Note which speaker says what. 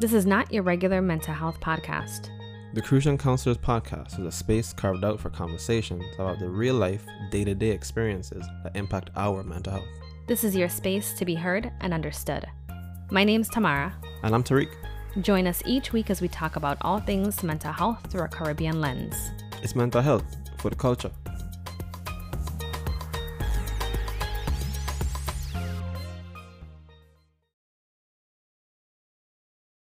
Speaker 1: This is not your regular mental health podcast.
Speaker 2: The Crucian Counselors podcast is a space carved out for conversations about the real life, day to day experiences that impact our mental health.
Speaker 1: This is your space to be heard and understood. My name's Tamara.
Speaker 2: And I'm Tariq.
Speaker 1: Join us each week as we talk about all things mental health through a Caribbean lens.
Speaker 2: It's mental health for the culture.